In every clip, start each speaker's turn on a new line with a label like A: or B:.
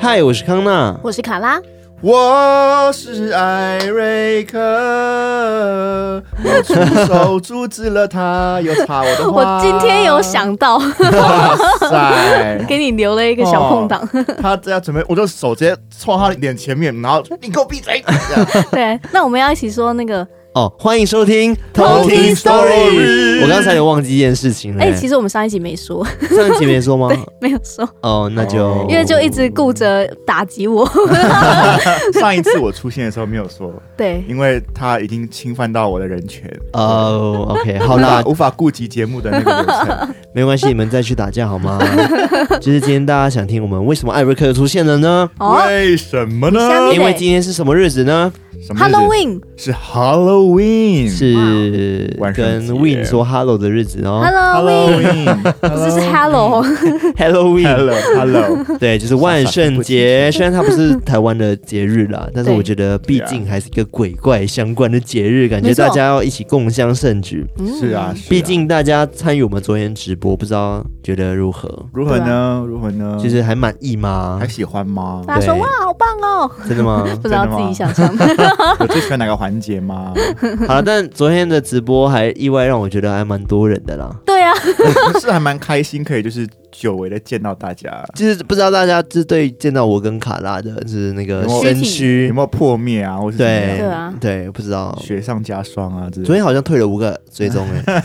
A: 嗨，我是康娜，
B: 我是卡拉，
C: 我是艾瑞克，我出手阻止了他，又插我的
B: 我
C: 花。
B: 今天有，想到
C: 哇塞，
B: 给你留了一个小空档。
C: 他这样准备，我就手直接戳他脸前面，然后你给我闭嘴。这样
B: 对，那我们要一起说那个，
A: 哦，欢迎收听
B: 偷听
C: Story
A: 我刚才有忘记一件事情了、
B: 哎、其实我们上一集没说，
A: 上一集没说吗？
B: 没有说，
A: 哦，那就
B: 因为就一直顾着打击我。
C: 上一次我出现的时候没有说，
B: 对，
C: 因为他已经侵犯到我的人权，
A: 哦，OK，好
C: 无
A: 啦
C: 法，无法顾及节目的那个流程。
A: 没关系，你们再去打架好 吗？就是今天大家想听我们为什么艾瑞克出现了呢？
B: 哦
C: 为什么
B: 你
C: 呢
B: 对？
A: 因为今天是什么日子呢？
C: 什么日子
B: ，Halloween，Hello，
C: 是 Halloween，
A: 是
C: 晚上
A: 跟
C: 节
A: Win 说 Hello 的日子哦
C: Halloween，
B: 不是是 Hello，
A: ，Halloween，
C: Hello，Hello，
A: 对，就是万圣节。 虽然它不是台湾的节日啦，但是我觉得毕竟还是一个鬼怪相关的节日，感觉
B: 没错
A: 大家要一起共襄盛举。
C: 是啊，是啊
A: 毕竟大家参与我们昨天直播，不知道觉得如何？
C: 如何呢？如何呢？
A: 就是还满意吗
C: 还？喜欢吗？
B: 大家说
A: 对
B: 哇，好棒哦，
A: 真的 吗？
B: 不知道
C: 真的
B: 自
C: 吗
B: 己想唱。
C: 有最喜欢哪个环节吗？
A: 好了，但昨天的直播还意外让我觉得还蛮多人的啦。
B: 对啊，
C: 是还蛮开心，可以就是久违的见到大家，
A: 就是不知道大家是对见到我跟卡拉的，就是那个
C: 有没有
A: 身
C: 有
A: 躯
C: 没，有破灭啊，或是怎么
A: 呃对
C: 样
B: 对啊，
A: 对，不知道。
C: 雪上加霜啊之类
A: 昨
C: 的。
A: 天好像退了五个追踪 哎，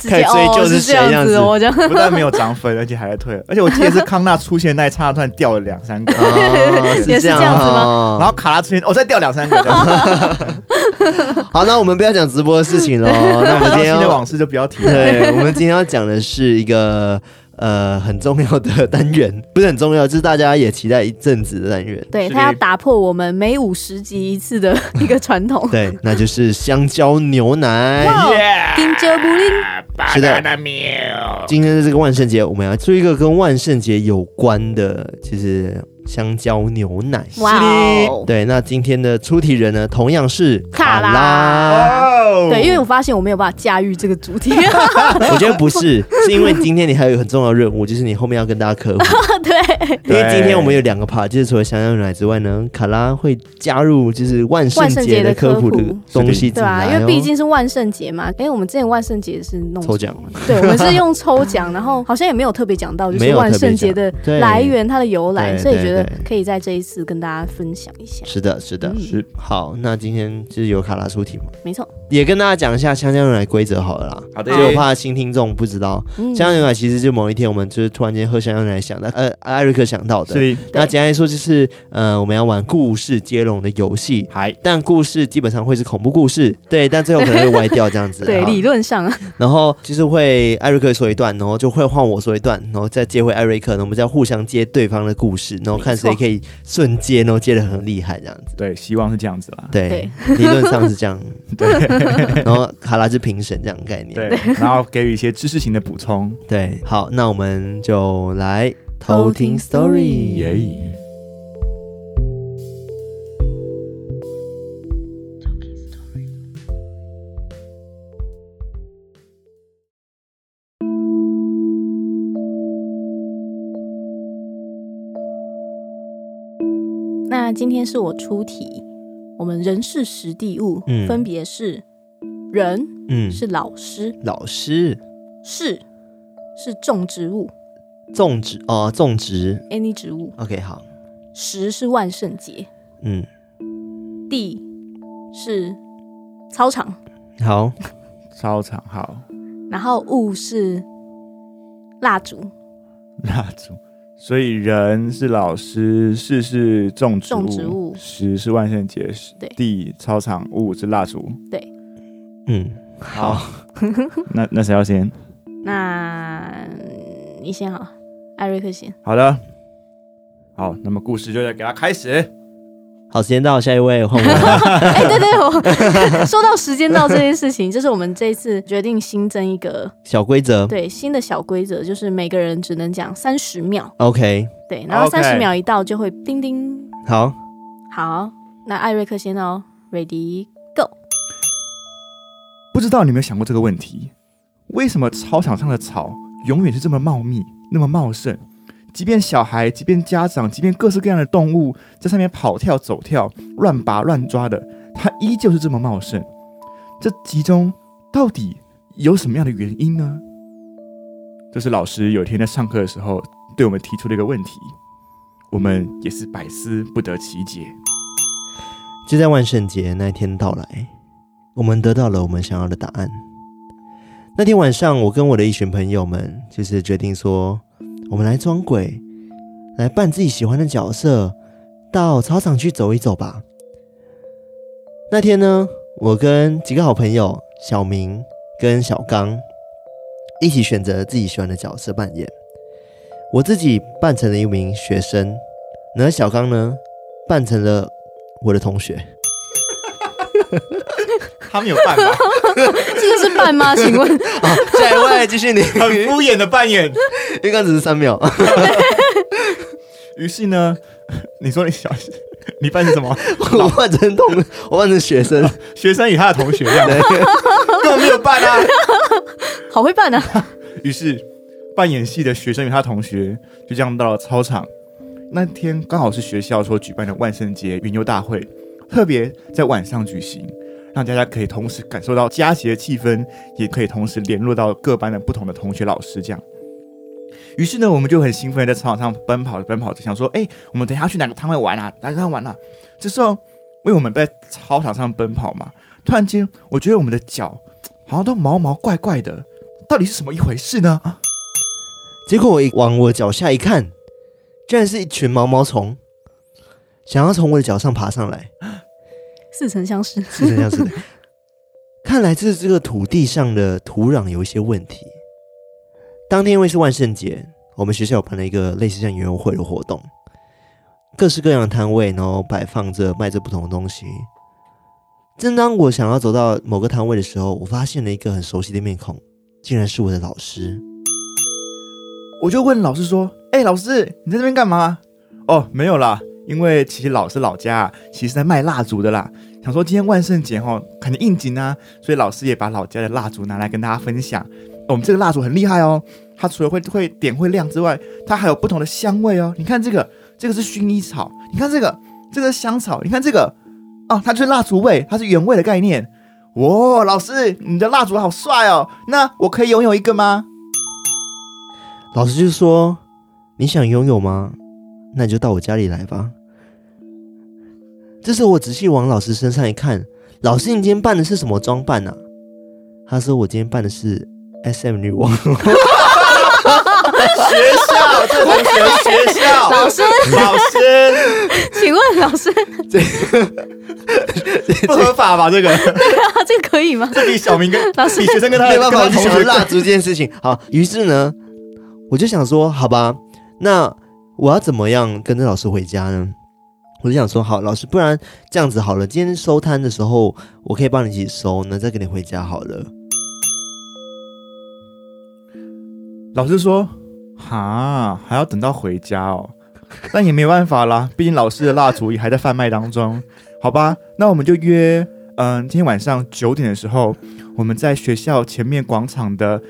B: 直接
A: 看追究
B: 哦
A: 是
B: 是
A: 谁
B: 这
A: 样
B: 样
A: 子
B: 子，我这样。
C: 不但没有涨粉，而且还在退，而且我记得是康纳出现那一刹那，突然掉了两三 个，
A: 啊
B: 也是这样子吗
A: 哦
C: 然后卡拉出现，我、再掉 两三个，这样
A: 好，那我们不要讲直播的事情喽。那我们今天
C: 今天的
A: 要，
C: 往事就不要提了。
A: 哦 对，我们今天要讲的是一个呃很重要的单元，不是很重要，就是大家也期待一阵子的单元。
B: 对
C: 是
B: 他要打破我们每五十集一次的一个传 统。
A: 对，那就是香蕉牛奶。
B: 丁哲布林，
A: 是的，今天的这个万圣节，我们要做一个跟万圣节有关的，就是香蕉牛奶。
B: 哇哦，
A: 对，那今天的出题人呢，同样是
B: 卡拉
A: 拉。
C: 哦
B: 对，因为我发现我没有办法驾驭这个主题。
A: 我觉得不是，是因为今天你还有一个很重要的任务，就是你后面要跟大家科 普。
B: 对，
A: 因为
C: 对
A: 今天我们有两个 part，就是除了香蕉牛奶之外呢，卡拉会加入就是万圣
B: 万圣
A: 节
B: 节
A: 的
B: 的
A: 科
B: 科
A: 普
B: 普
A: 的东西进
B: 对啊，
A: 来、哦
B: 因为毕竟是万圣节嘛。哎，我们之前万圣节是弄
A: 抽奖，
B: 对，我们是用抽奖，然后好像也没有特别讲到，就
A: 没
B: 是
A: 有特别
B: 万圣节的
A: 讲对
B: 来源、它的由来，
A: 对
B: 所以觉
A: 对
B: 得
A: 对
B: 可以在这一次跟大家分享一下。
A: 是的，是的，
B: 嗯
A: 是好。那今天就是由卡拉出题嘛，
B: 没错，
A: 也跟大家讲一下香蕉牛奶规则好了啦。
C: 好的
A: 就我怕新听众不知道，
B: 嗯
A: 香蕉牛奶其实就某一天我们就是突然间喝香蕉牛奶想到，呃，艾瑞克想到的。
C: 是的，
A: 那简单来说就是，呃，我们要玩故事接龙的游戏，
C: 还
A: 但故事基本上会是恐怖故事，对，但最后可能会歪掉这样子。
B: 对，
A: 好
B: 理论上啊，
A: 然后就是会艾瑞克说一段，然后就会换我说一段，然后再接回艾瑞克，然后我们再互相接对方的故事，然后看谁可以瞬接，然后接的很厉害这样子。
C: 对，希望是这样子啦。
A: 对，理论上是这 样。对，然后卡拉是评审这样的概念。
C: 对， 然后给予一些知识型的补充。
A: 对好，那我们就来偷
B: 偷
A: 听
B: 听
A: story。
B: story 那今天是我出题，我们人事实地物、
A: 嗯
B: 分别是人
A: 嗯，
B: 是老师，
A: 老师
B: 事是种植物
A: 种植哦，种植。
B: any 植物，
A: OK，好，
B: 时是万圣节，
A: 嗯，
B: 地是操场，
A: 好，
C: 操场好，
B: 然后物是蜡烛，
C: 蜡烛。所以人是老师，事是种植物，
B: 种植物
C: 时是万圣节，时
B: 对
C: 地操场，物是蜡烛。
A: 嗯，好，
C: 那那谁要先？
B: 那嗯你先好了，艾瑞克 先。
C: 好的，好，那么故事就要给它开始。
A: 好，时间到，下一位换我。
B: 哎、对对，我 说到时间到这件事情，就是我们这一次决定新增一个
A: 小规则
B: 对新的小规则，就是每个人只能讲三十秒，
A: ，OK，
B: 对，然后
C: 哦 OK
B: 三十秒一到就会叮叮。
A: 好，
B: 好，那艾瑞克先哦，Ready。
C: 不不知道你有没有想过这个问题？为什么操场上的草永远是这么茂密、那么茂盛？即便小孩、即便家长、即便各式各样的动物在上面跑跳、走跳、乱拔乱抓的，它依旧是这么茂盛。这其中到底有什么样的原因呢？这是老师有一天在上课的时候对我们提出的一个问题，我们也是百思不得其解。
A: 就在万圣节那一天到来，我们得到了我们想要的答案。那天晚上，我跟我的一群朋友们就是决定说，我们来装鬼，来扮自己喜欢的角色，到操场去走一走吧。那天呢，我跟几个好朋友小明跟小刚一起选择自己喜欢的角色扮演。我自己扮成了一名学生，然后小刚呢扮成了我的同学。
C: 他们有办法，
B: 这个是扮 吗？请问
A: 好，下一位继续你，
C: 很 敷衍的扮演。
A: 因为刚只是三秒。
C: 于是呢， 你说你小， 你扮是什么？
A: 我换成同，我换成学生，
C: 学生与他的同学这样， 根本没有扮啊。
B: 好会扮啊！
C: 于是，扮演系的学生与他同学就这样到了操场。那天刚好是学校所举办的万圣节云游大会，特别在晚上举行，让大家可以同时感受到佳节气氛，也可以同时联络到各班的不同的同学、老师这样。于是呢，我们就很兴奋地在操场上奔跑着奔跑着，想说：“哎、我们等一下去哪个摊位玩啊？哪个摊位玩啊？”这时候，因为我们在操场上奔跑嘛，突然间，我觉得我们的脚好像都毛毛怪怪的，到底是什么一回事呢？啊
A: 结果我一往我脚下一看，居然是一群毛毛虫，想要从我的脚上爬上来，
B: 似曾相 识，
A: 是这样子的。看来这这个土地上的土壤有一些问题。当天因为是万圣节，我们学校有办了一个类似像园游会的活动，各式各样的摊位，然后摆放着卖着不同的东西。正当我想要走到某个摊位的时候，我发现了一个很熟悉的面孔，竟然是我的老师。
C: 我就问老师说：“哎、老师，你在这边干嘛？”哦，没有啦，因为其实老师老家啊，其实在卖蜡烛的啦。想说今天万圣节哈，肯定应景啊，所以老师也把老家的蜡烛拿来跟大家分享。哦我们这个蜡烛很厉害哦，它除了会会点会亮之外，它还有不同的香味哦。你看这个，这个是薰衣草，你看这个，这个是香草，你看这个，哦，它就是蜡烛味，它是原味的概念。哇、老师，你的蜡烛好帅哦，那我可以拥有一个吗？
A: 老师就说：“你想拥有吗？那你就到我家里来吧。”这时候我仔细往老师身上一看，老师，你今天扮的是什么装扮啊？他说：“我今天扮的是 S M 女王。
C: 学校，这同学学校，
B: 老师，
C: 老师
B: 请问老师，
C: 不合法吧？ 这个，
B: 啊这个可以吗？
C: 这比小明跟
B: 老师
C: 比学生跟”他
A: 没
C: 的
A: 办
C: 跟
A: 法，
C: 他
A: 我
C: 同
A: 就想
C: 学
A: 到蜡烛这件事情。好，于是呢，我就想说，好吧，那我要怎么样跟着老师回家呢？我就想说，好，老师，不然这样子好了，今天收摊的时候，我可以帮你一起收，那再跟你回家好了。
C: 老师说：“哈，还要等到回家哦。”但也没办法啦，毕竟老师的蜡烛也还在贩卖当中。好吧，那我们就约，嗯、今天晚上九点的时候，我们在学校前面广场的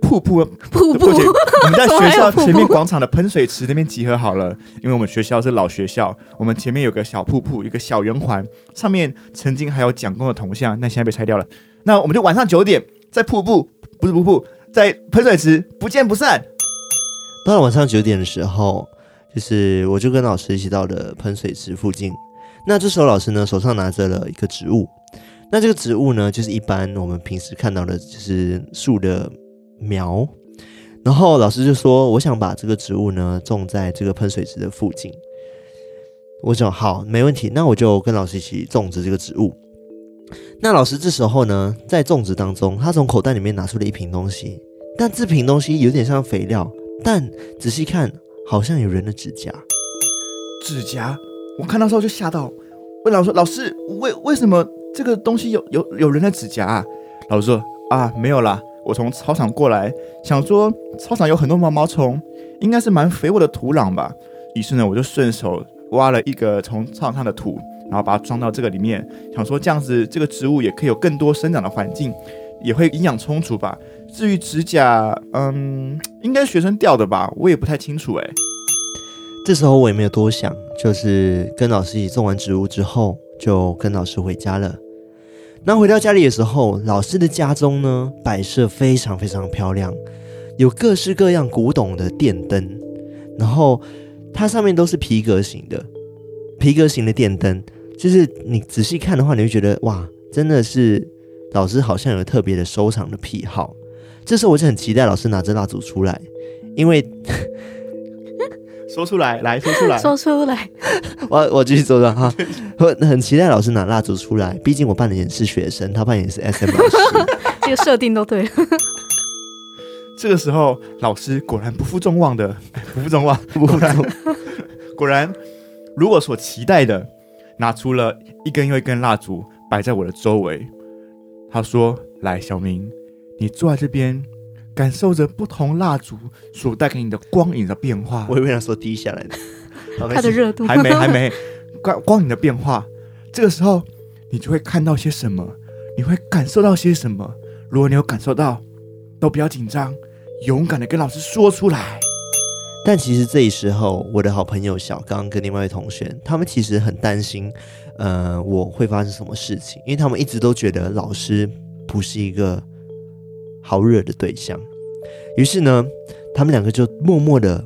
C: 瀑布
B: 瀑布
C: 不行，我们 在学校
B: 怎么还有瀑
C: 前
B: 布
C: 面广场的喷水池那边集合好了，因为我们学校是老学校，我们前面有个小瀑布，一个小圆环，上面曾经还有蒋公的铜像，那现在被拆掉了。那我们就晚上九点在瀑布，不是瀑布，在喷水池不见不散。
A: 到了晚上九点的时候，就是我就跟老师一起到了喷水池附近。那这时候老师呢，手上拿着了一个植物。那这个植物呢，就是一般我们平时看到的，就是树的苗。然后老师就说：“我想把这个植物呢种在这个喷水池的附近。”我说：“好，没问题。”那我就跟老师一起种植这个植物。那老师这时候呢，在种植当中，他从口袋里面拿出了一瓶东西，但这瓶东西有点像肥料，但仔细看，好像有人的指甲。
C: 指甲，我看到时候就吓到，问老师：“老师，为为什么这个东西有有有人的指甲、啊？”老师说：“啊，没有啦，我从操场过来，想说操场有很多毛毛虫，应该是蛮肥沃的土壤吧。”于是呢，我就顺手挖了一个从操场上的土，然后把它装到这个里面，想说这样子这个植物也可以有更多生长的环境。也会营养充足吧。至于指甲，嗯，应该学生掉的吧，我也不太清楚哎、
A: 这时候我也没有多想，就是跟老师一起种完植物之后，就跟老师回家了。那回到家里的时候，老师的家中呢摆设非常非常漂亮，有各式各样古董的电灯，然后它上面都是皮革型的，皮革型的电灯，就是你仔细看的话，你会觉得哇，真的是老师好像有特别的收藏的癖好。这时候我就很期待老师拿着蜡烛出来，因为
C: 说出来，来说出来，
B: 说出来，
A: 我我继续说的哈， 我很期待老师拿蜡烛出来，毕竟我扮演是学生，他扮演是 SM 老师。
B: 这个设定都对了。
C: 这个时候，老师果然不负众望的， 哎不负众望，果然，果然，如我所期待的，拿出了一根又一根蜡烛摆在我的周围。他说：“来，小明，你坐在这边，感受着不同蜡烛所带给你的光影的变化。
A: 我以为他说低下来的，好没
B: 它的
A: 事
B: 热度
C: 还没，还没，光光影的变化，这个时候你就会看到些什么，你会感受到些什么。如果你有感受到，都不要紧张，勇敢的跟老师说出来。
A: 但其实这一时候，我的好朋友小刚跟另外一位同学，他们其实很担心，呃，我会发生什么事情，因为他们一直都觉得老师不是一个好惹的对象。于是呢，他们两个就默默的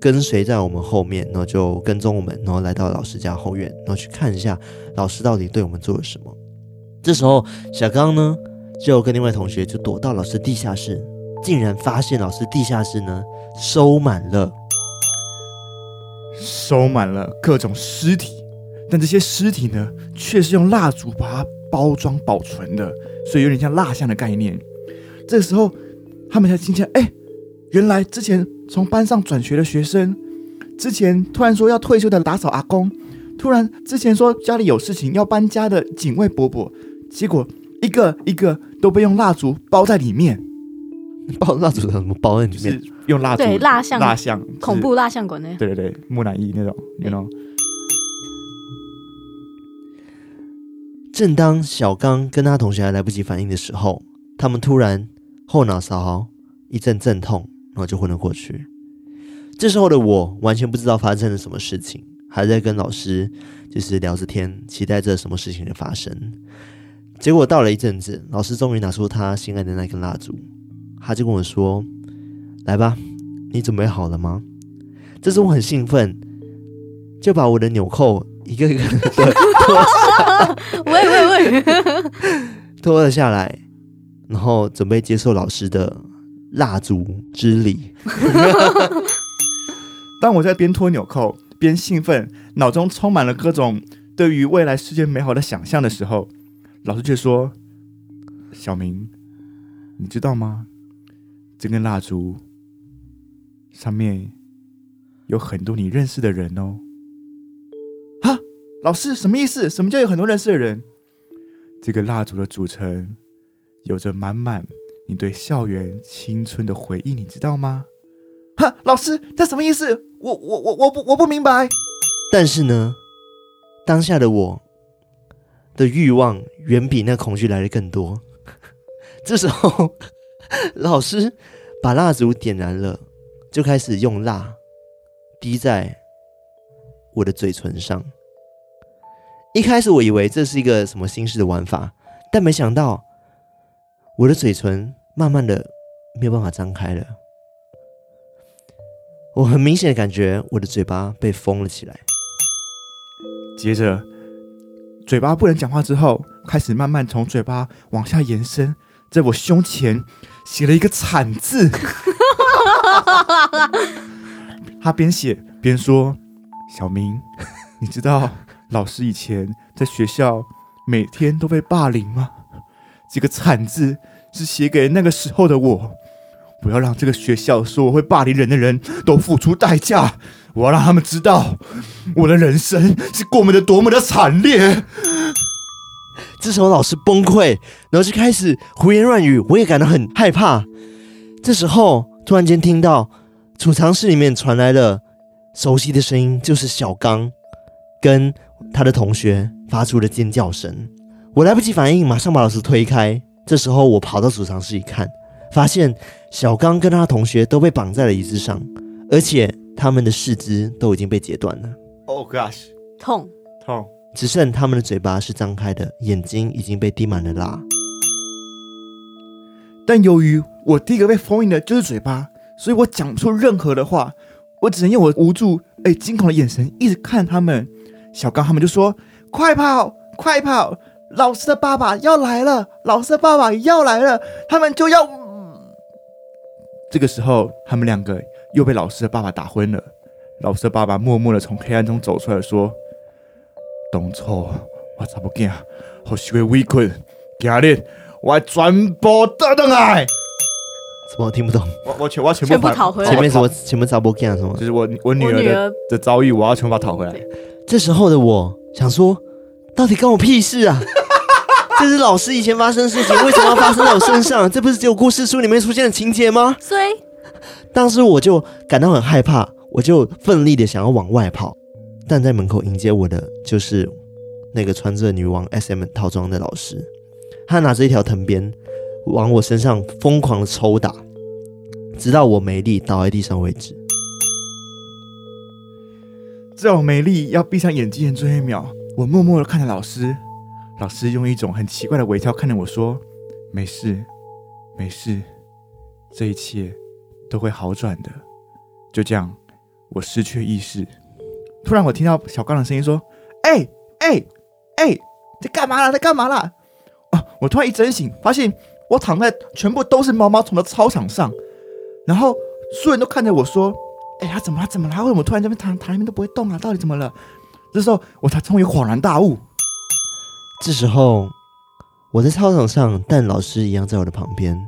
A: 跟随在我们后面，然后就跟踪我们，然后来到老师家后院，然后去看一下老师到底对我们做了什么。这时候，小刚呢就跟另外同学就躲到老师地下室，竟然发现老师地下室呢收满了。
C: 收满了各种尸体，但这些尸体呢，却是用蜡烛把它包装保存的，所以有点像蜡像的概念。这时候，他们才惊觉，哎，原来之前从班上转学的学生，之前突然说要退休的打扫阿公，突然之前说家里有事情要搬家的警卫伯伯，结果一个一个都被用蜡烛包在里面，
A: 包蜡烛怎么包在里
C: 就
A: 面？
C: 是用蜡烛
B: 对蜡像
C: 蜡像就是
B: 恐怖蜡像馆呢？
C: 对对对，木乃伊那种，you know。
A: 正当小刚跟他同学还来不及反应的时候，他们突然后脑勺一阵阵痛，然后就昏了过去。这时候的我完全不知道发生了什么事情，还在跟老师就是聊着天，期待着什么事情的发生。结果到了一阵子，老师终于拿出他心爱的那根蜡烛，他就跟我说：“来吧，你准备好了吗？”这时我很兴奋，就把我的纽扣一个一个的
B: 喂喂喂，
A: 脱了下来，然后准备接受老师的蜡烛之礼。
C: 当我在边脱纽扣边兴奋，脑中充满了各种对于未来世界美好的想象的时候，老师却说：“小明，你知道吗？这根蜡烛上面有很多你认识的人哦。”哈，老师什么意思？什么叫有很多认识的人？这个蜡烛的组成有着满满你对校园青春的回忆，你知道吗？哈，老师，这什么意思？我我我我不我不明白。
A: 但是呢，当下的我的欲望远比那恐惧来的更多。 这时候， 老师把蜡烛点燃了，就开始用蜡滴在我的嘴唇上。一开始我以为这是一个什么新式的玩法，但没想到我的嘴唇慢慢的没有办法张开了。我很明显的感觉我的嘴巴被封了起来。
C: 接着，嘴巴不能讲话之后，开始慢慢从嘴巴往下延伸，在我胸前写了一个惨字。他边写边说：“小明， 你知道老师以前在学校每天都被霸凌吗？这个惨字是写给那个时候的我。我要让这个学校说我会霸凌人的人都付出代价。我要让他们知道，我的人生是过得多么的惨烈。
A: 这时候老师崩溃，然后就开始胡言乱语，我也感到很害怕。这时候突然间听到储藏室里面传来了熟悉的声音，就是小刚跟他的同学发出的尖叫声。我来不及反应，马上把老师推开，这时候我跑到储藏室一看，发现小刚跟他同学都被绑在了椅子上，而且他们的四肢都已经被截断了，
C: Oh gosh，
B: 痛，
C: 痛！
A: 只剩他们的嘴巴是张开的，眼睛已经被滴满了蜡。
C: 但由于我第一个被封印的就是嘴巴，所以我讲不出任何的话，我只能用我无助、哎惊恐的眼神一直看他们。小刚他们就说：“快跑，快跑！老师的爸爸要来了，老师的爸爸要来了，他们就要……”嗯这个时候，他们两个又被老师的爸爸打昏了。老师的爸爸默默的从黑暗中走出来，说：“当初我查某囝，啊好受的委屈，今日我全部倒转来。”
A: 怎么我听不懂？
C: 我我全我要全部
B: 全部
C: 把
B: 讨回来
A: 前面什
C: 什
A: 么
C: 么？
A: 前面查波干什么？
C: 就是我我女
B: 我
C: 儿
B: 女
C: 的
B: 儿
C: 的遭遇，我要全部把它讨回来。
A: 这时候的我想说，到底关我屁事啊？ 这是老师以前发生的事情，为什么要发生在我身上？ 这不是只有故事书里面出现的情节吗？
B: 虽
A: 当时我就感到很害怕，我就奋力的想要往外跑，但在门口迎接我的就是那个穿着女王 S.M 套装的老师，他拿着一条藤鞭往我身上疯狂的抽打，直到我没力倒在地上为止。
C: 这种美丽要闭上眼睛的最后一秒，我默默的看着老师，老师用一种很奇怪的微笑看着我说：“没事，没事，这一切都会好转的。”就这样，我失去意识。突然，我听到小刚的声音说：“哎哎哎，在干嘛啦？在干嘛啦？”啊！我突然一睁醒，发现我躺在全部都是毛毛虫的操场上，然后所有人都看着我说：“哎、他怎么了？怎么了？他为什么突然这边躺躺在那边都不会动啊？到底怎么了？”这时候我才终于恍然大悟，
A: 这时候我在操场上，但老师一样在我的旁边，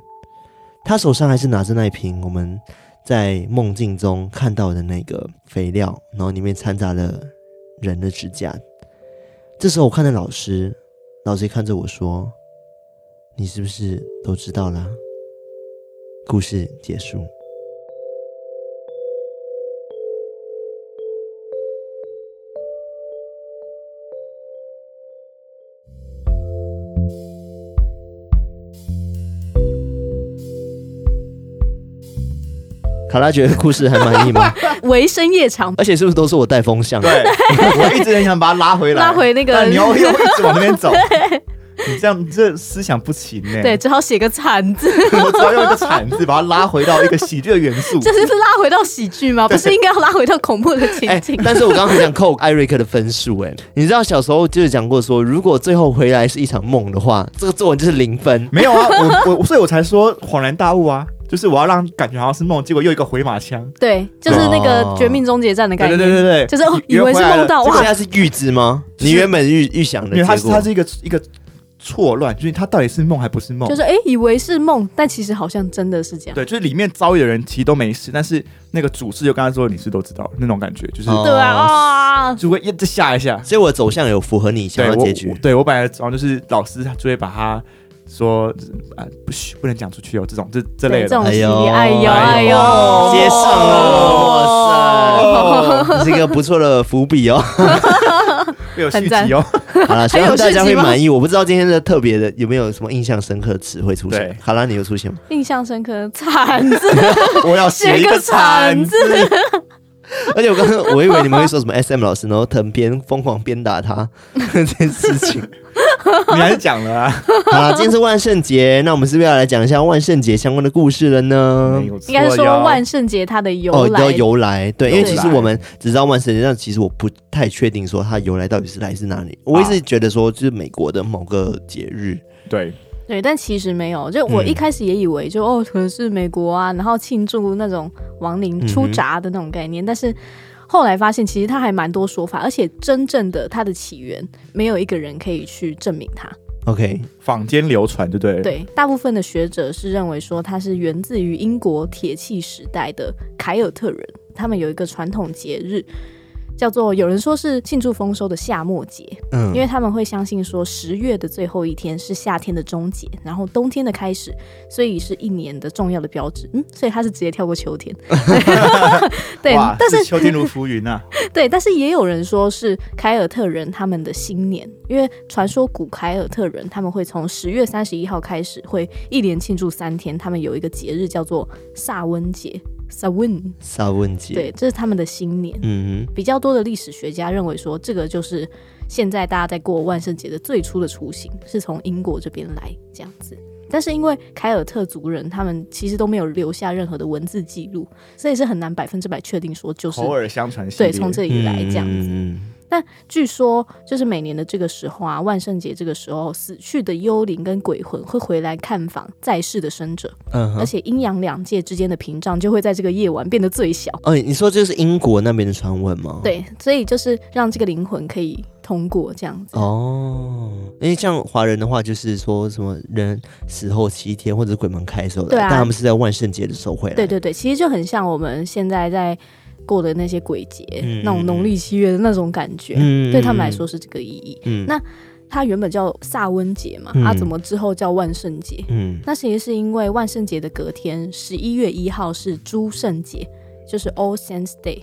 A: 他手上还是拿着那一瓶我们在梦境中看到的那个肥料，然后里面掺杂了人的指甲。这时候我看着老师，老师也看着我说：“你是不是都知道啦？”故事结束。卡拉觉得故事还满意吗？
B: 为深夜长，
A: 而且是不是都是我带风向？啊
C: 对 我一直很想把他拉回来，
B: 拉回那个
C: 但你要又一直往 那边走，你这样你这思想不行呢、
B: 对，，只好写个惨字，
C: 我只要用一个铲子把它拉回到一个喜剧的元 素。
B: 这是拉回到喜剧吗？不是应该要拉回到恐怖的
A: 哎、
B: 情景？
A: 但是我刚刚很想扣艾瑞克的分数哎、你知道小时候就是讲过说，如果最后回来是一场梦的话，这个作文就是零分。
C: 没有啊，我我所以我才说恍然大悟啊，就是我要让感觉好像是梦，结果又一个回马枪。
B: 对，就是那个
A: 哦
B: 《绝命终结战》的概
C: 对对
B: 念，
C: 对对对，
B: 就是哦
C: 你
B: 以为是梦到
A: 这个
B: 哇
A: 现，在是预知吗？
C: 就是
A: 你原本预预想
C: 因为
A: 的
C: 它
A: 结
C: 是它
A: 果
C: 是。一个一个错乱，就是它到底是梦还不是梦
B: 就。是哎，以为是梦，但其实好像真的是这样。
C: 对，就是里面遭遇的人其实都没事，但是那个主事就跟他说你是都知道那种感觉，就是
A: 哦
B: 对啊，啊，
C: 就会一直吓一下。
A: 所以我的走向有符合你想
C: 对
A: 要
C: 我
A: 结局，
C: 对我本来好像就是老师他就会把他说啊、不许不能讲出去哦，这种这这类
B: 对，这
C: 的
B: 种。
A: 哎
B: 心
A: 呦
B: 理，哎呦哎呦，
A: 接上 了，哇
C: 哦，
A: 塞，这是一个不错的伏笔哦。
C: 会有续
B: 很赞
C: 集哦。
A: 好了，希望
B: 有
A: 大
B: 续
A: 家
B: 集
A: 会
B: 吗
A: 满意。我不知道今天的特别的有没有什么印象深刻的词汇出现
C: 对。
A: 卡拉，你有出现吗？
B: 印象深刻，惨字，
C: 我要
B: 写
C: 写
B: 一
C: 一
B: 个
C: 个
B: 惨
C: 惨
B: 字
C: 字，
A: 而且我刚刚我以为你们会说什么 S M 老师，然后藤鞭疯狂鞭打他这件事情。
C: 你还是讲了啊？
A: 好了，今天是万圣节，那我们是不是要来讲一下万圣节相关的故事了呢？
C: 没有错
B: 应该是说
C: 哟
B: 万圣节它的由
A: 哦，
B: 来
A: 要。由来，对，因
C: 由
A: 为
C: 来
A: 其实我们只知道万圣节，但其实我不太确定说它由来到底是来自哪里。我一直觉得说，就是美国的某个节日，
C: 对，
B: 对，但其实没有。就我
A: 嗯
B: 一开始也以为就，哦，可能是美国啊，然后庆祝那种亡灵出闸的那种概念，但是。后来发现，其实它还蛮多说法，而且真正的它的起源，没有一个人可以去证明它。
A: OK，
C: 坊间流传，对不对？，
B: 对，大部分的学者是认为说它是源自于英国铁器时代的凯尔特人，他们有一个传统节日。叫做有人说是庆祝丰收的夏末节，
A: 嗯，
B: 因为他们会相信说十月的最后一天是夏天的终结，然后冬天的开始，所以是一年的重要的标志。嗯，所以他是直接跳过秋天。 对，
C: 哇
B: 但是
C: 秋天如浮云啊，
B: 对，但是也有人说是凯尔特人他们的新年，因为传说古凯尔特人他们会从十月三十一号开始，会一连庆祝三天，他们有一个节日叫做萨温节 （Sawin），
A: 萨问节，
B: 对，这是他们的新年。
A: 嗯
B: 比较多的历史学家认为说，这个就是现在大家在过万圣节的最初的雏形，是从英国这边来这样子。但是因为凯尔特族人他们其实都没有留下任何的文字记录，所以是很难百分之百确定说就是
C: 口耳相传系列
B: 对从这里
A: 哼，
B: 来这样子。
A: 嗯嗯
B: 据说就是每年的这个时候啊，万圣节这个时候，死去的幽灵跟鬼魂会回来看访在世的生者，
A: 嗯
B: 而
A: 哼，
B: 且阴阳两界之间的屏障就会在这个夜晚变得最小。
A: 哦，你说这是英国那边的传闻吗？，
B: 对，所以就是让这个灵魂可以通过这样子。
A: 哦，因为像华人的话，就是说什么人死后七天或者鬼门开的时候来，
B: 对啊
A: 但他们是在万圣节的时候会来，
B: 对对对，其实就很像我们现在在过的那些鬼节，
A: 嗯
B: 那种农历七月的那种感觉，
A: 嗯，嗯
B: 对他们来，说是这个意义。
A: 嗯
B: 那它原本叫萨温节嘛，
A: 嗯
B: 啊，怎么之后叫万圣节？
A: 嗯
B: 那其实是因为万圣节的隔天，十一月一号是诸圣节，就是 All Saints Day。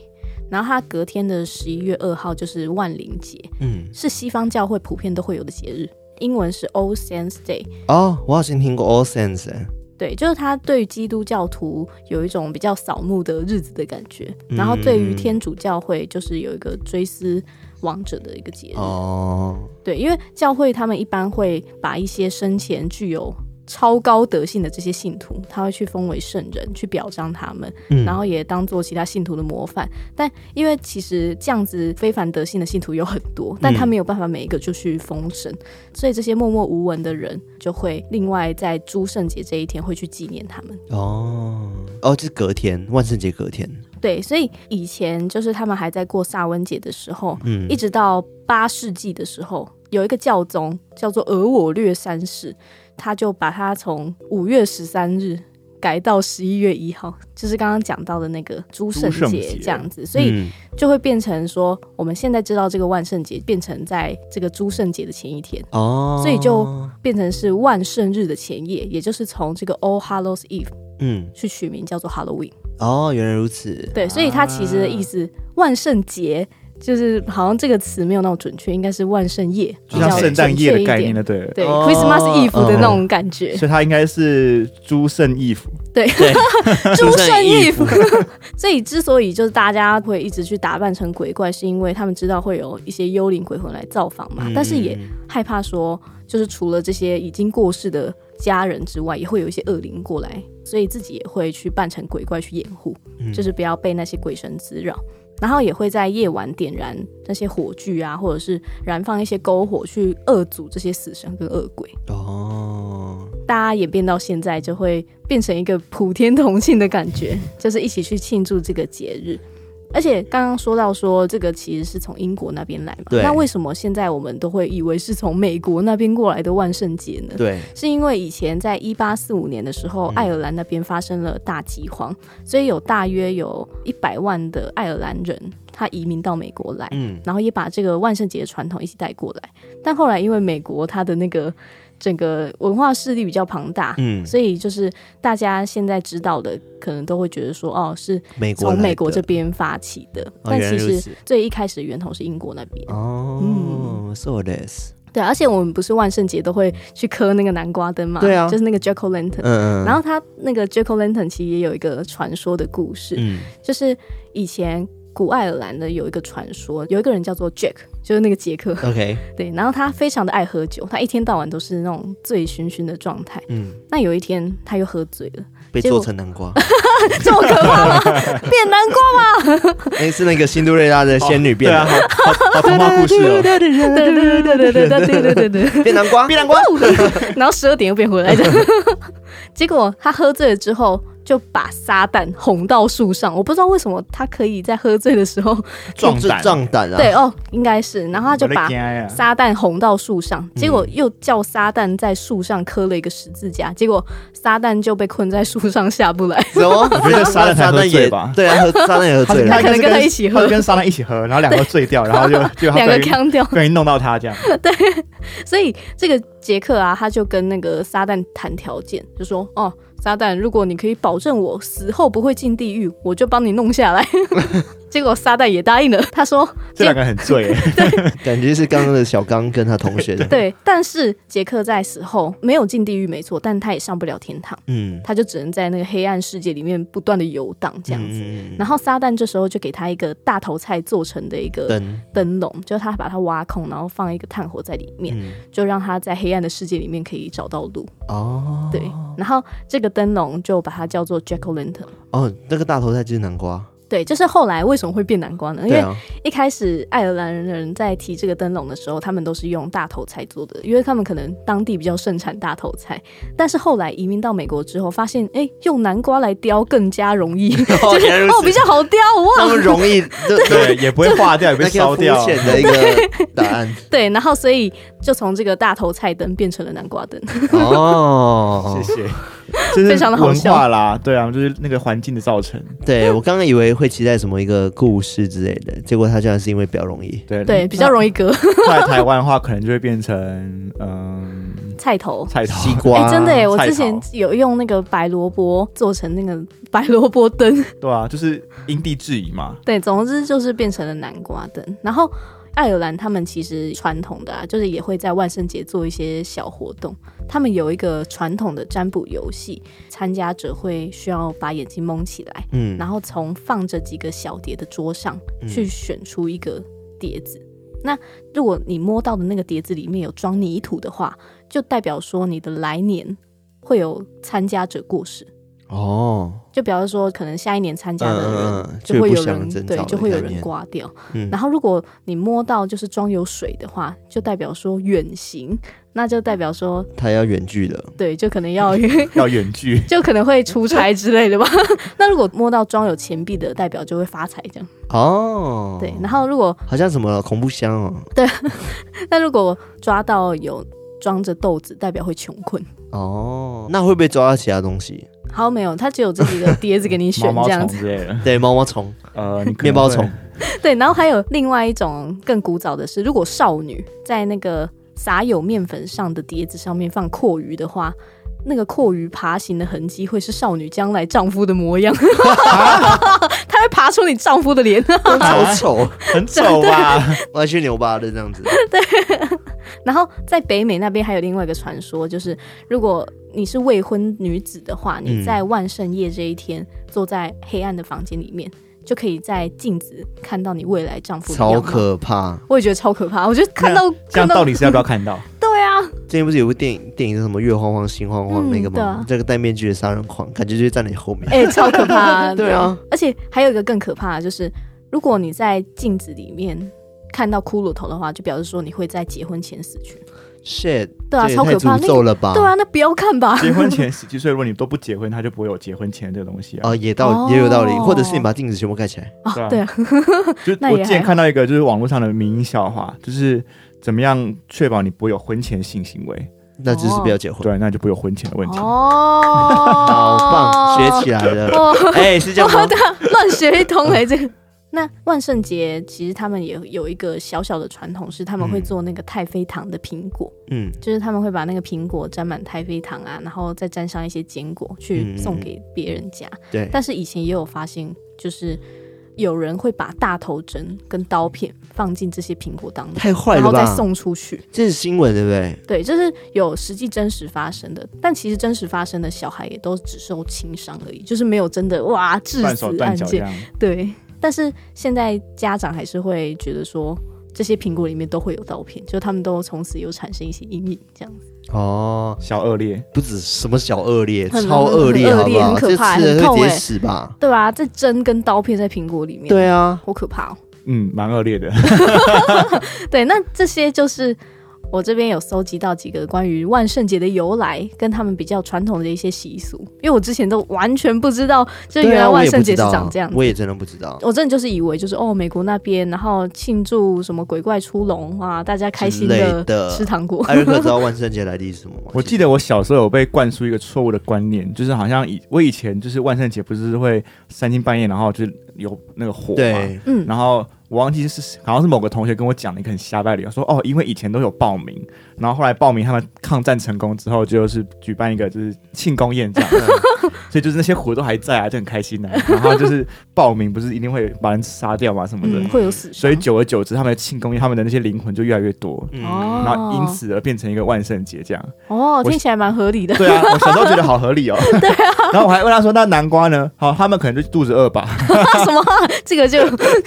B: 然后它隔天的十一月二号就是万灵节，
A: 嗯，
B: 是西方教会普遍都会有的节日，英文是 All Saints Day。
A: 哦，我好像听过 All Saints，欸
B: 对，就是它对于基督教徒有一种比较扫墓的日子的感觉，
A: 嗯
B: 然后对于天主教会就是有一个追思亡者的一个节日。
A: 哦，
B: 对，因为教会他们一般会把一些生前具有超高德性的这些信徒，他会去封为圣人，去表彰他们，
A: 嗯
B: 然后也当做其他信徒的模范。但因为其实这样子非凡德性的信徒有很多，但他没有办法每一个就去封神，所以这些默默无闻的人就会另外在诸圣节这一天会去纪念他们。
A: 哦，哦，就是隔天，万圣节隔天，
B: 对，所以以前就是他们还在过萨温节的时候，
A: 嗯
B: 一直到八世纪的时候，有一个教宗叫做俄我略三世，他就把它从五月十三日改到十一月一号，就是刚刚讲到的那个诸圣
C: 诸圣
B: 节
C: 节
B: 这样子，所以
A: 嗯
B: 就会变成说，我们现在知道这个万圣节变成在这个诸圣节的前一天，
A: 哦，
B: 所以就变成是万圣日的前夜，也就是从这个 All Hallows Eve
A: 嗯，
B: 去取名叫做 Halloween。
A: 哦，原来如此，
B: 对，所以它其实的意思，万圣节就是好像这个词没有那么准确，应该是万圣夜，
C: 就
B: 比较
C: 像圣诞夜的概念
B: 准确一点。
C: 了，对。
B: 对、
A: 哦
B: c h r i s t m a s Eve 的那种感觉，
C: 所以它应该是诸圣义服，
B: 诸圣
A: 衣
B: Eve。所 以之所以就是大家会一直去打扮成鬼怪，是因为他们知道会有一些幽灵鬼魂来造访
C: 嗯
B: 嘛，但是也
A: 嗯
B: 害怕说，就是除了这些已经过世的家人之外，也会有一些恶灵过来，所以自己也会去扮成鬼怪去掩护，就是不要被那些鬼神滋扰。然后也会在夜晚点燃那些火炬啊，或者是燃放一些篝火去遏阻这些死神跟恶鬼。
A: 哦，
B: 大家演变到现在，就会变成一个普天同庆的感觉， 就是一起去庆祝这个节日。而且刚刚说到说这个其实是从英国那边来嘛，
A: 对
B: 那为什么现在我们都会以为是从美国那边过来的万圣节呢？
A: 对，嗯
B: 是因为以前在一八四五年的时候，爱尔兰那边发生了大饥荒，所以有大约有一百万的爱尔兰人他移民到美国来，
A: 嗯，
B: 然后也把这个万圣节的传统一起带过来。但后来因为美国它的那个整个文化势力比较庞大，
A: 嗯
B: 所以就是大家现在知道的，可能都会觉得说，哦，是
A: 美国
B: 从
A: 来
B: 美国
A: 的
B: 这边发起的。
A: 哦
B: 但
A: 原来
B: 其
A: 如
B: 实
A: 此
B: 最一开始的源头是英国那边。嗯
A: 哦，so this，
B: 对，而且我们不是万圣节都会去磕那个南瓜灯嘛？
A: 对啊
B: 就是那个 Jack O' Lantern。
A: 嗯嗯，
B: 然后它那个 Jack O' Lantern 其实也有一个传说的故事，
A: 嗯
B: 就是以前古爱尔兰的有一个传说，有一个人叫做 Jack，就是那个杰克，
A: 嗯，OK，
B: 对，然后他非常的爱喝酒，他一天到晚都是那种醉醺醺的状态。
A: 嗯，
B: 那有一天他又喝醉了，
A: 被
B: 结果
A: 做成南瓜，
B: 这么可怕吗？变南瓜
A: 那哎是那个辛杜瑞拉的仙女变
C: 对啊，
A: 的，
C: 好好好童话故事哦。
B: 对对
C: 啊
B: 对对对对对对对对对。
A: 哦变南瓜，变南瓜，
B: 然后十二点又变回来的。 结果他喝醉了之后，就把撒旦哄到树上。我不知道为什么他可以在喝醉的时候，
C: 壮
A: 就是
C: 胆，
A: 壮胆啊！
B: 对，哦，应该是，然后他就把
C: 呀，
B: 撒旦哄到树上，结果又叫撒旦在树上刻了一个十字架，结果撒旦就被困在树上下不来。
A: 什么？啊
C: 我觉得撒旦才
A: 撒
C: 喝
A: 旦
C: 醉
A: 也
C: 吧
A: 对啊，喝撒旦也喝醉
B: 他
A: 了
B: 可。能跟他一起喝
C: 他跟沙拉一起喝，然后两个都醉掉，然后就就他
B: 两
C: 不
B: 个
C: 小心
B: 腔掉，
C: 不小心弄到他这样，
B: 所以这个杰克啊，他就跟那个撒旦谈条件，就说：“哦，撒旦，如果你可以保证我死后不会进地狱，我就帮你弄下来。” 结果撒旦也答应了， 他说：“
C: 这两个很醉，
A: 感觉是刚刚的小刚跟他同学的。
B: 对，但是杰克在死后没有进地狱，没错，但他也上不了天堂，
A: 嗯，
B: 他就只能在那个黑暗世界里面不断的游荡这样子。
A: 嗯嗯嗯
B: 然后撒旦这时候就给他一个大头菜做成的一个
A: 灯，
B: 灯笼，就是他把它挖空，然后放一个炭火在里面，
A: 嗯，
B: 就让他在黑暗的世界里面可以找到路。
A: 哦，
B: 对，然后这个灯笼就把它叫做 Jack O' Lantern。
A: 哦，那个大头菜就是南瓜，
B: 对，就是后来为什么会变南瓜呢？因
A: 对
B: 为
A: 啊，
B: 一开始爱尔兰人在提这个灯笼的时候，他们都是用大头菜做的，因为他们可能当地比较盛产大头菜。但是后来移民到美国之后，发现哎，用南瓜来雕更加容 易， 就是
A: 哦原来如此
B: 哦比较好雕，我
A: 那
B: 忘
A: 么
B: 了。
A: 容 易，对
C: 对，，也不会化掉，也不
A: 那
C: 会烧
A: 个肤
C: 掉，
A: 浅的一个答案
B: 对，然后所以就从这个大头菜灯变成了南瓜灯。
A: 哦
C: 谢。谢，这
B: 非常的
C: 是
B: 好
C: 文
B: 笑
C: 化啦，对啊，就是那个环境的造成，
A: 对我刚刚以为会期待什么一个故事之类的，结果他居然是因为比较容易。
C: 对
B: 对，比较容易割
C: 易。在台湾的话，可能就会变成嗯
B: 菜头。
C: 菜头
A: 西，
B: 哎、
A: 瓜，
B: 真的哎，我
C: 菜
B: 之前
C: 头
B: 有用那个白萝卜做成那个白萝卜灯，
C: 对啊，就是因地制宜嘛，
B: 对，总之就是变成了南瓜灯。然后爱尔兰他们其实传统的啊，就是也会在万圣节做一些小活动。他们有一个传统的占卜游戏，参加者会需要把眼睛蒙起来，
A: 嗯
B: 然后从放着几个小碟的桌上去选出一个碟子。那如果你摸到的那个碟子里面有装泥土的话，就代表说你的来年会有参加者过世。
A: 哦，
B: 就比方说，可能下一年参加的人
A: 嗯嗯嗯
B: 就会
A: 就
B: 有
A: 有不祥
B: 人
A: 征
B: 对
A: 兆，
B: 就
A: 的
B: 会有
A: 概
B: 人
A: 念
B: 挂掉。
A: 嗯
B: 然后如果你摸到就是装有水的话，就代表说远行，那就代表说
A: 他要远距的，
B: 对，就可 能要，
C: 要远距
B: 就可能会出差之类的吧。 那如果摸到装有钱币的，代表就会发财这样。
A: 哦，
B: 对，然后如果
A: 好像什么恐怖箱哦，
B: 那如果抓到有装着豆子，代表会穷困。
A: 哦，那会不会抓到其他东西？
B: 好，没有，它只有这几 个碟子给你
C: 毛
B: 选
C: 毛
B: 这
C: 虫
B: 样子。
C: 之类的，
A: 对，毛毛虫、
C: 呃，你可能
A: 面包虫
C: 会，
B: 对，然后还有另外一种更古早的是，如果少女在那个撒有面粉上的碟子上面放阔鱼的话，那个阔鱼爬行的痕迹会是少女将来丈夫的模 样，它会爬出你丈夫的脸。
A: 好丑，
C: 很丑吧？
A: 我要去牛巴的这样子。
B: 然后在北美那边还有另外一个传说，就是如果你是未婚女子的话，
C: 嗯
B: 你在万圣夜这一天坐在黑暗的房间里面，就可以在镜子看到你未来丈夫的样
A: 超
B: 貌。
A: 可怕！
B: 我也觉得超可怕，我觉得看到
C: 这
B: 看
C: 样
B: 到
C: 到底是要不 要看到？
B: 对啊，
A: 之前不是有部电影，电影是什么《月慌慌心慌慌》
B: 嗯
A: 那个
B: 对
A: 吗
B: 啊？
A: 这个戴面具的杀人狂，感觉就是站在你后面。
B: 哎、超可 怕。
A: 对啊，
B: 而且还有一个更可怕的就是，如果你在镜子里面看到骷髅头的话，就表示说你会在结婚前死去。
A: shit，
B: 对啊，
A: 这也
B: 超
A: 太
B: 可怕。
A: 诅
B: 那
A: 咒
B: 个
A: 了吧？
B: 对啊，那不要看吧。
C: 结婚前十七岁，如果你都不结婚，他就不会有结婚前这个东西啊。
A: 哦，也道
B: 哦
A: 也有道理，或者是你把镜子全部盖起来，
B: 啊，对啊，
C: 就是
B: 那
C: 我
B: 也
C: 之前
B: 还
C: 看到一个就是网络上的民音笑话，就是怎么样确保你不会有婚前性行为？
A: 那就是不要结婚。
C: 对，那就不会有婚前的问题。
B: 哦，
A: 好棒，学起来 了。
B: 哦，啊
A: 哎，是这样 吗？
B: 乱学一通哎、这个。那万圣节其实他们也有一个小小的传统，是他们会
A: 嗯
B: 做那个太妃糖的苹果，
A: 嗯，
B: 就是他们会把那个苹果沾满太妃糖啊，然后再沾上一些坚果
A: 嗯嗯
B: 去
A: 嗯
B: 送给别人家。
A: 对，
B: 但是以前也有发现，就是有人会把大头针跟刀片放进这些苹果当中，
A: 太坏
B: 然
A: 了
B: 后再
A: 吧？
B: 送出去。
A: 这是新闻对不对？
B: 对，这是有实际真实发生的，但其实真实发生的小孩也都只受轻伤而已，就是没有真的哇致
C: 断手
B: 死
C: 断
B: 案
C: 脚这
B: 件。
C: 样，
B: 对，但是现在家长还是会觉得说。这些苹果里面都会有刀片，就他们都从此有产生一些阴影，这样子。
A: 哦，
C: 小恶劣，
A: 不止什么小恶劣，
B: 很
A: 超恶劣，
B: 很
A: 好
B: 恶
A: 不
B: 劣
A: 好？
B: 很可
A: 这
B: 怕
A: 吃
B: 很
A: 了
B: 痛
A: 会直接
B: 哎
A: 死吧？
B: 对啊，这针跟刀片在苹果里面，
A: 对啊，
B: 好可怕哦。
C: 嗯，蛮恶劣的。
B: 对，那这些就是我这边有搜集到几个关于万圣节的由来，跟他们比较传统的一些习俗，因为我之前都完全不知道，这原
A: 对
B: 来
A: 啊我
B: 万
A: 也不
B: 圣节
A: 知
B: 是
A: 道啊
B: 长这样子。
A: 我也真的不知 道。
B: 我真的就是以为就是哦，美国那边，然后庆祝什么鬼怪出笼啊，大家开心
A: 之
B: 的
A: 类的
B: 吃糖果。
A: 艾瑞克知道万圣节来历是什么吗？
C: 我记得我小时候有被灌输一个错误的观念，就是好像以我以前就是万圣节不是会三更半夜，然后就是有那个火嘛，
A: 对，
B: 嗯，
C: 然后我忘记是好像是某个同学跟我讲了一个很瞎掰的理由，说哦，因为以前都有报名，然后后来报名他们抗战成功之后，就是举办一个就是庆功宴这样， 所以就是那些火都还在啊，就很开心啊。然后就是报名不是一定会把人杀掉嘛什么的，
B: 嗯，会有死伤。
C: 所以久而久之，他们的庆功宴，他们的那些灵魂就越来越多。
A: 嗯
B: 哦，
C: 然后因此而变成一个万圣节这 样，
B: 哦，
C: 我
B: 听起来蛮合理的。
C: 对啊，我小时候觉得好合理哦。对啊，然后我还问他说：“那南瓜呢？”好，他们可能就肚子饿吧。
B: 什么？这个就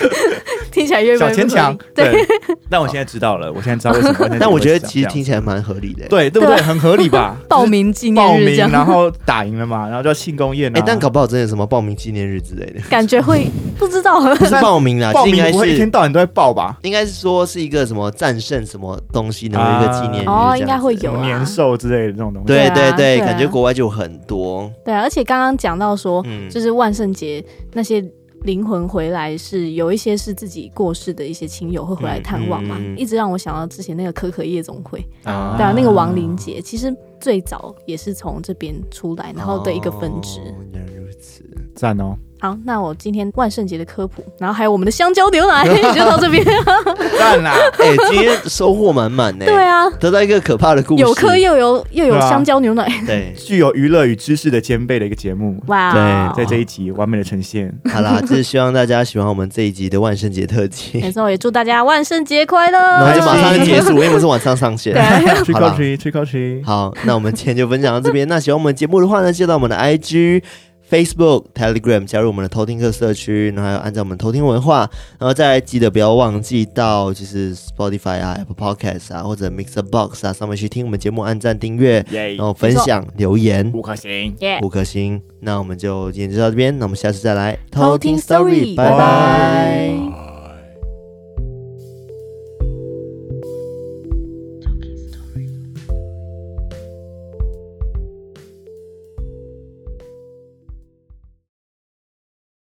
B: 听起来越
C: 小
B: 来越
C: 牵强
B: 不合理，对，
C: 对。但我现在知道了，我现在知道为什么 万圣节会长这样。
A: 但我觉得其实听起来蛮合理的。，欸
C: 对对啊不
B: 对？
C: 对？很合理吧
B: 报名纪
C: 就是报
B: 念日
C: 名
B: 这，
A: 啊
B: 样，
C: 然后打赢了嘛，然后叫庆功宴啊。
A: 哎，但搞不好真的有什么报名纪念日之类 的，
B: 感觉会不知道。
A: 不是报名啦，
C: 报
A: 是应
C: 名
A: 该
C: 不会一天
A: 是
C: 到晚都在报吧？
A: 应该是说是一个什么战胜什么东西的一个纪念日这样
B: 啊
A: 子，
B: 哦应该会有啊
C: 年兽之类的这种东西。
A: 对
B: 对
A: 对
B: 啊
A: 对，
B: 对啊
A: 感觉国外就有很多，
B: 对啊，而且刚刚讲到说，
A: 嗯，
B: 就是万圣节那些灵魂回来是有一些是自己过世的一些亲友会回来探望嘛，
A: 嗯嗯嗯
B: 一直让我想到之前那个可可夜总会，
A: 啊
B: 对啊，那个亡灵节其实最早也是从这边出来，然后的一个分支。
A: 哦原来如此，
C: 赞哦，
B: 好，那我今天万圣节的科普，然后还有我们的香蕉 牛奶就到这边。
C: 赞啦！
A: 哎，今天收获满满欸呢，
B: 对，啊，
A: 得到一个可怕的故事，
B: 有科又有又有
C: 对啊
B: 香蕉牛奶，
A: 对，
C: 具有娱乐与知识的兼备的一个节目，
B: 哇、哦
C: 在这一集完美的呈 现。
A: 好啦，就是希望大家喜欢我们这一集的万圣节特
B: 没
A: 辑，
B: 错，也祝大家万圣节快乐！
A: 然后就马上
C: 开
A: 就
C: 心
A: 结束，因为我们是晚上上线。
B: 对
C: Trick
A: 好
C: or
A: 啦
C: treat, trick or treat。
A: 好，那我们今天就分享到这边。那喜欢我们节目的话呢，记得到我们的 IG、Facebook、Telegram 加入我们的偷听客社区，然后还有按照我们偷听文化，然后再来记得不要忘记到就是 Spotify 啊、Apple Podcast 啊或者 Mixer Box 啊上面去听我们节目，按赞、订阅，
C: 耶
A: 然，后分享、留言
C: 五颗星。
B: 耶、
A: 五颗星。那我们就今天就到这边，那我们下次再来
B: 偷听 story，
A: 拜
B: 拜拜
A: 拜。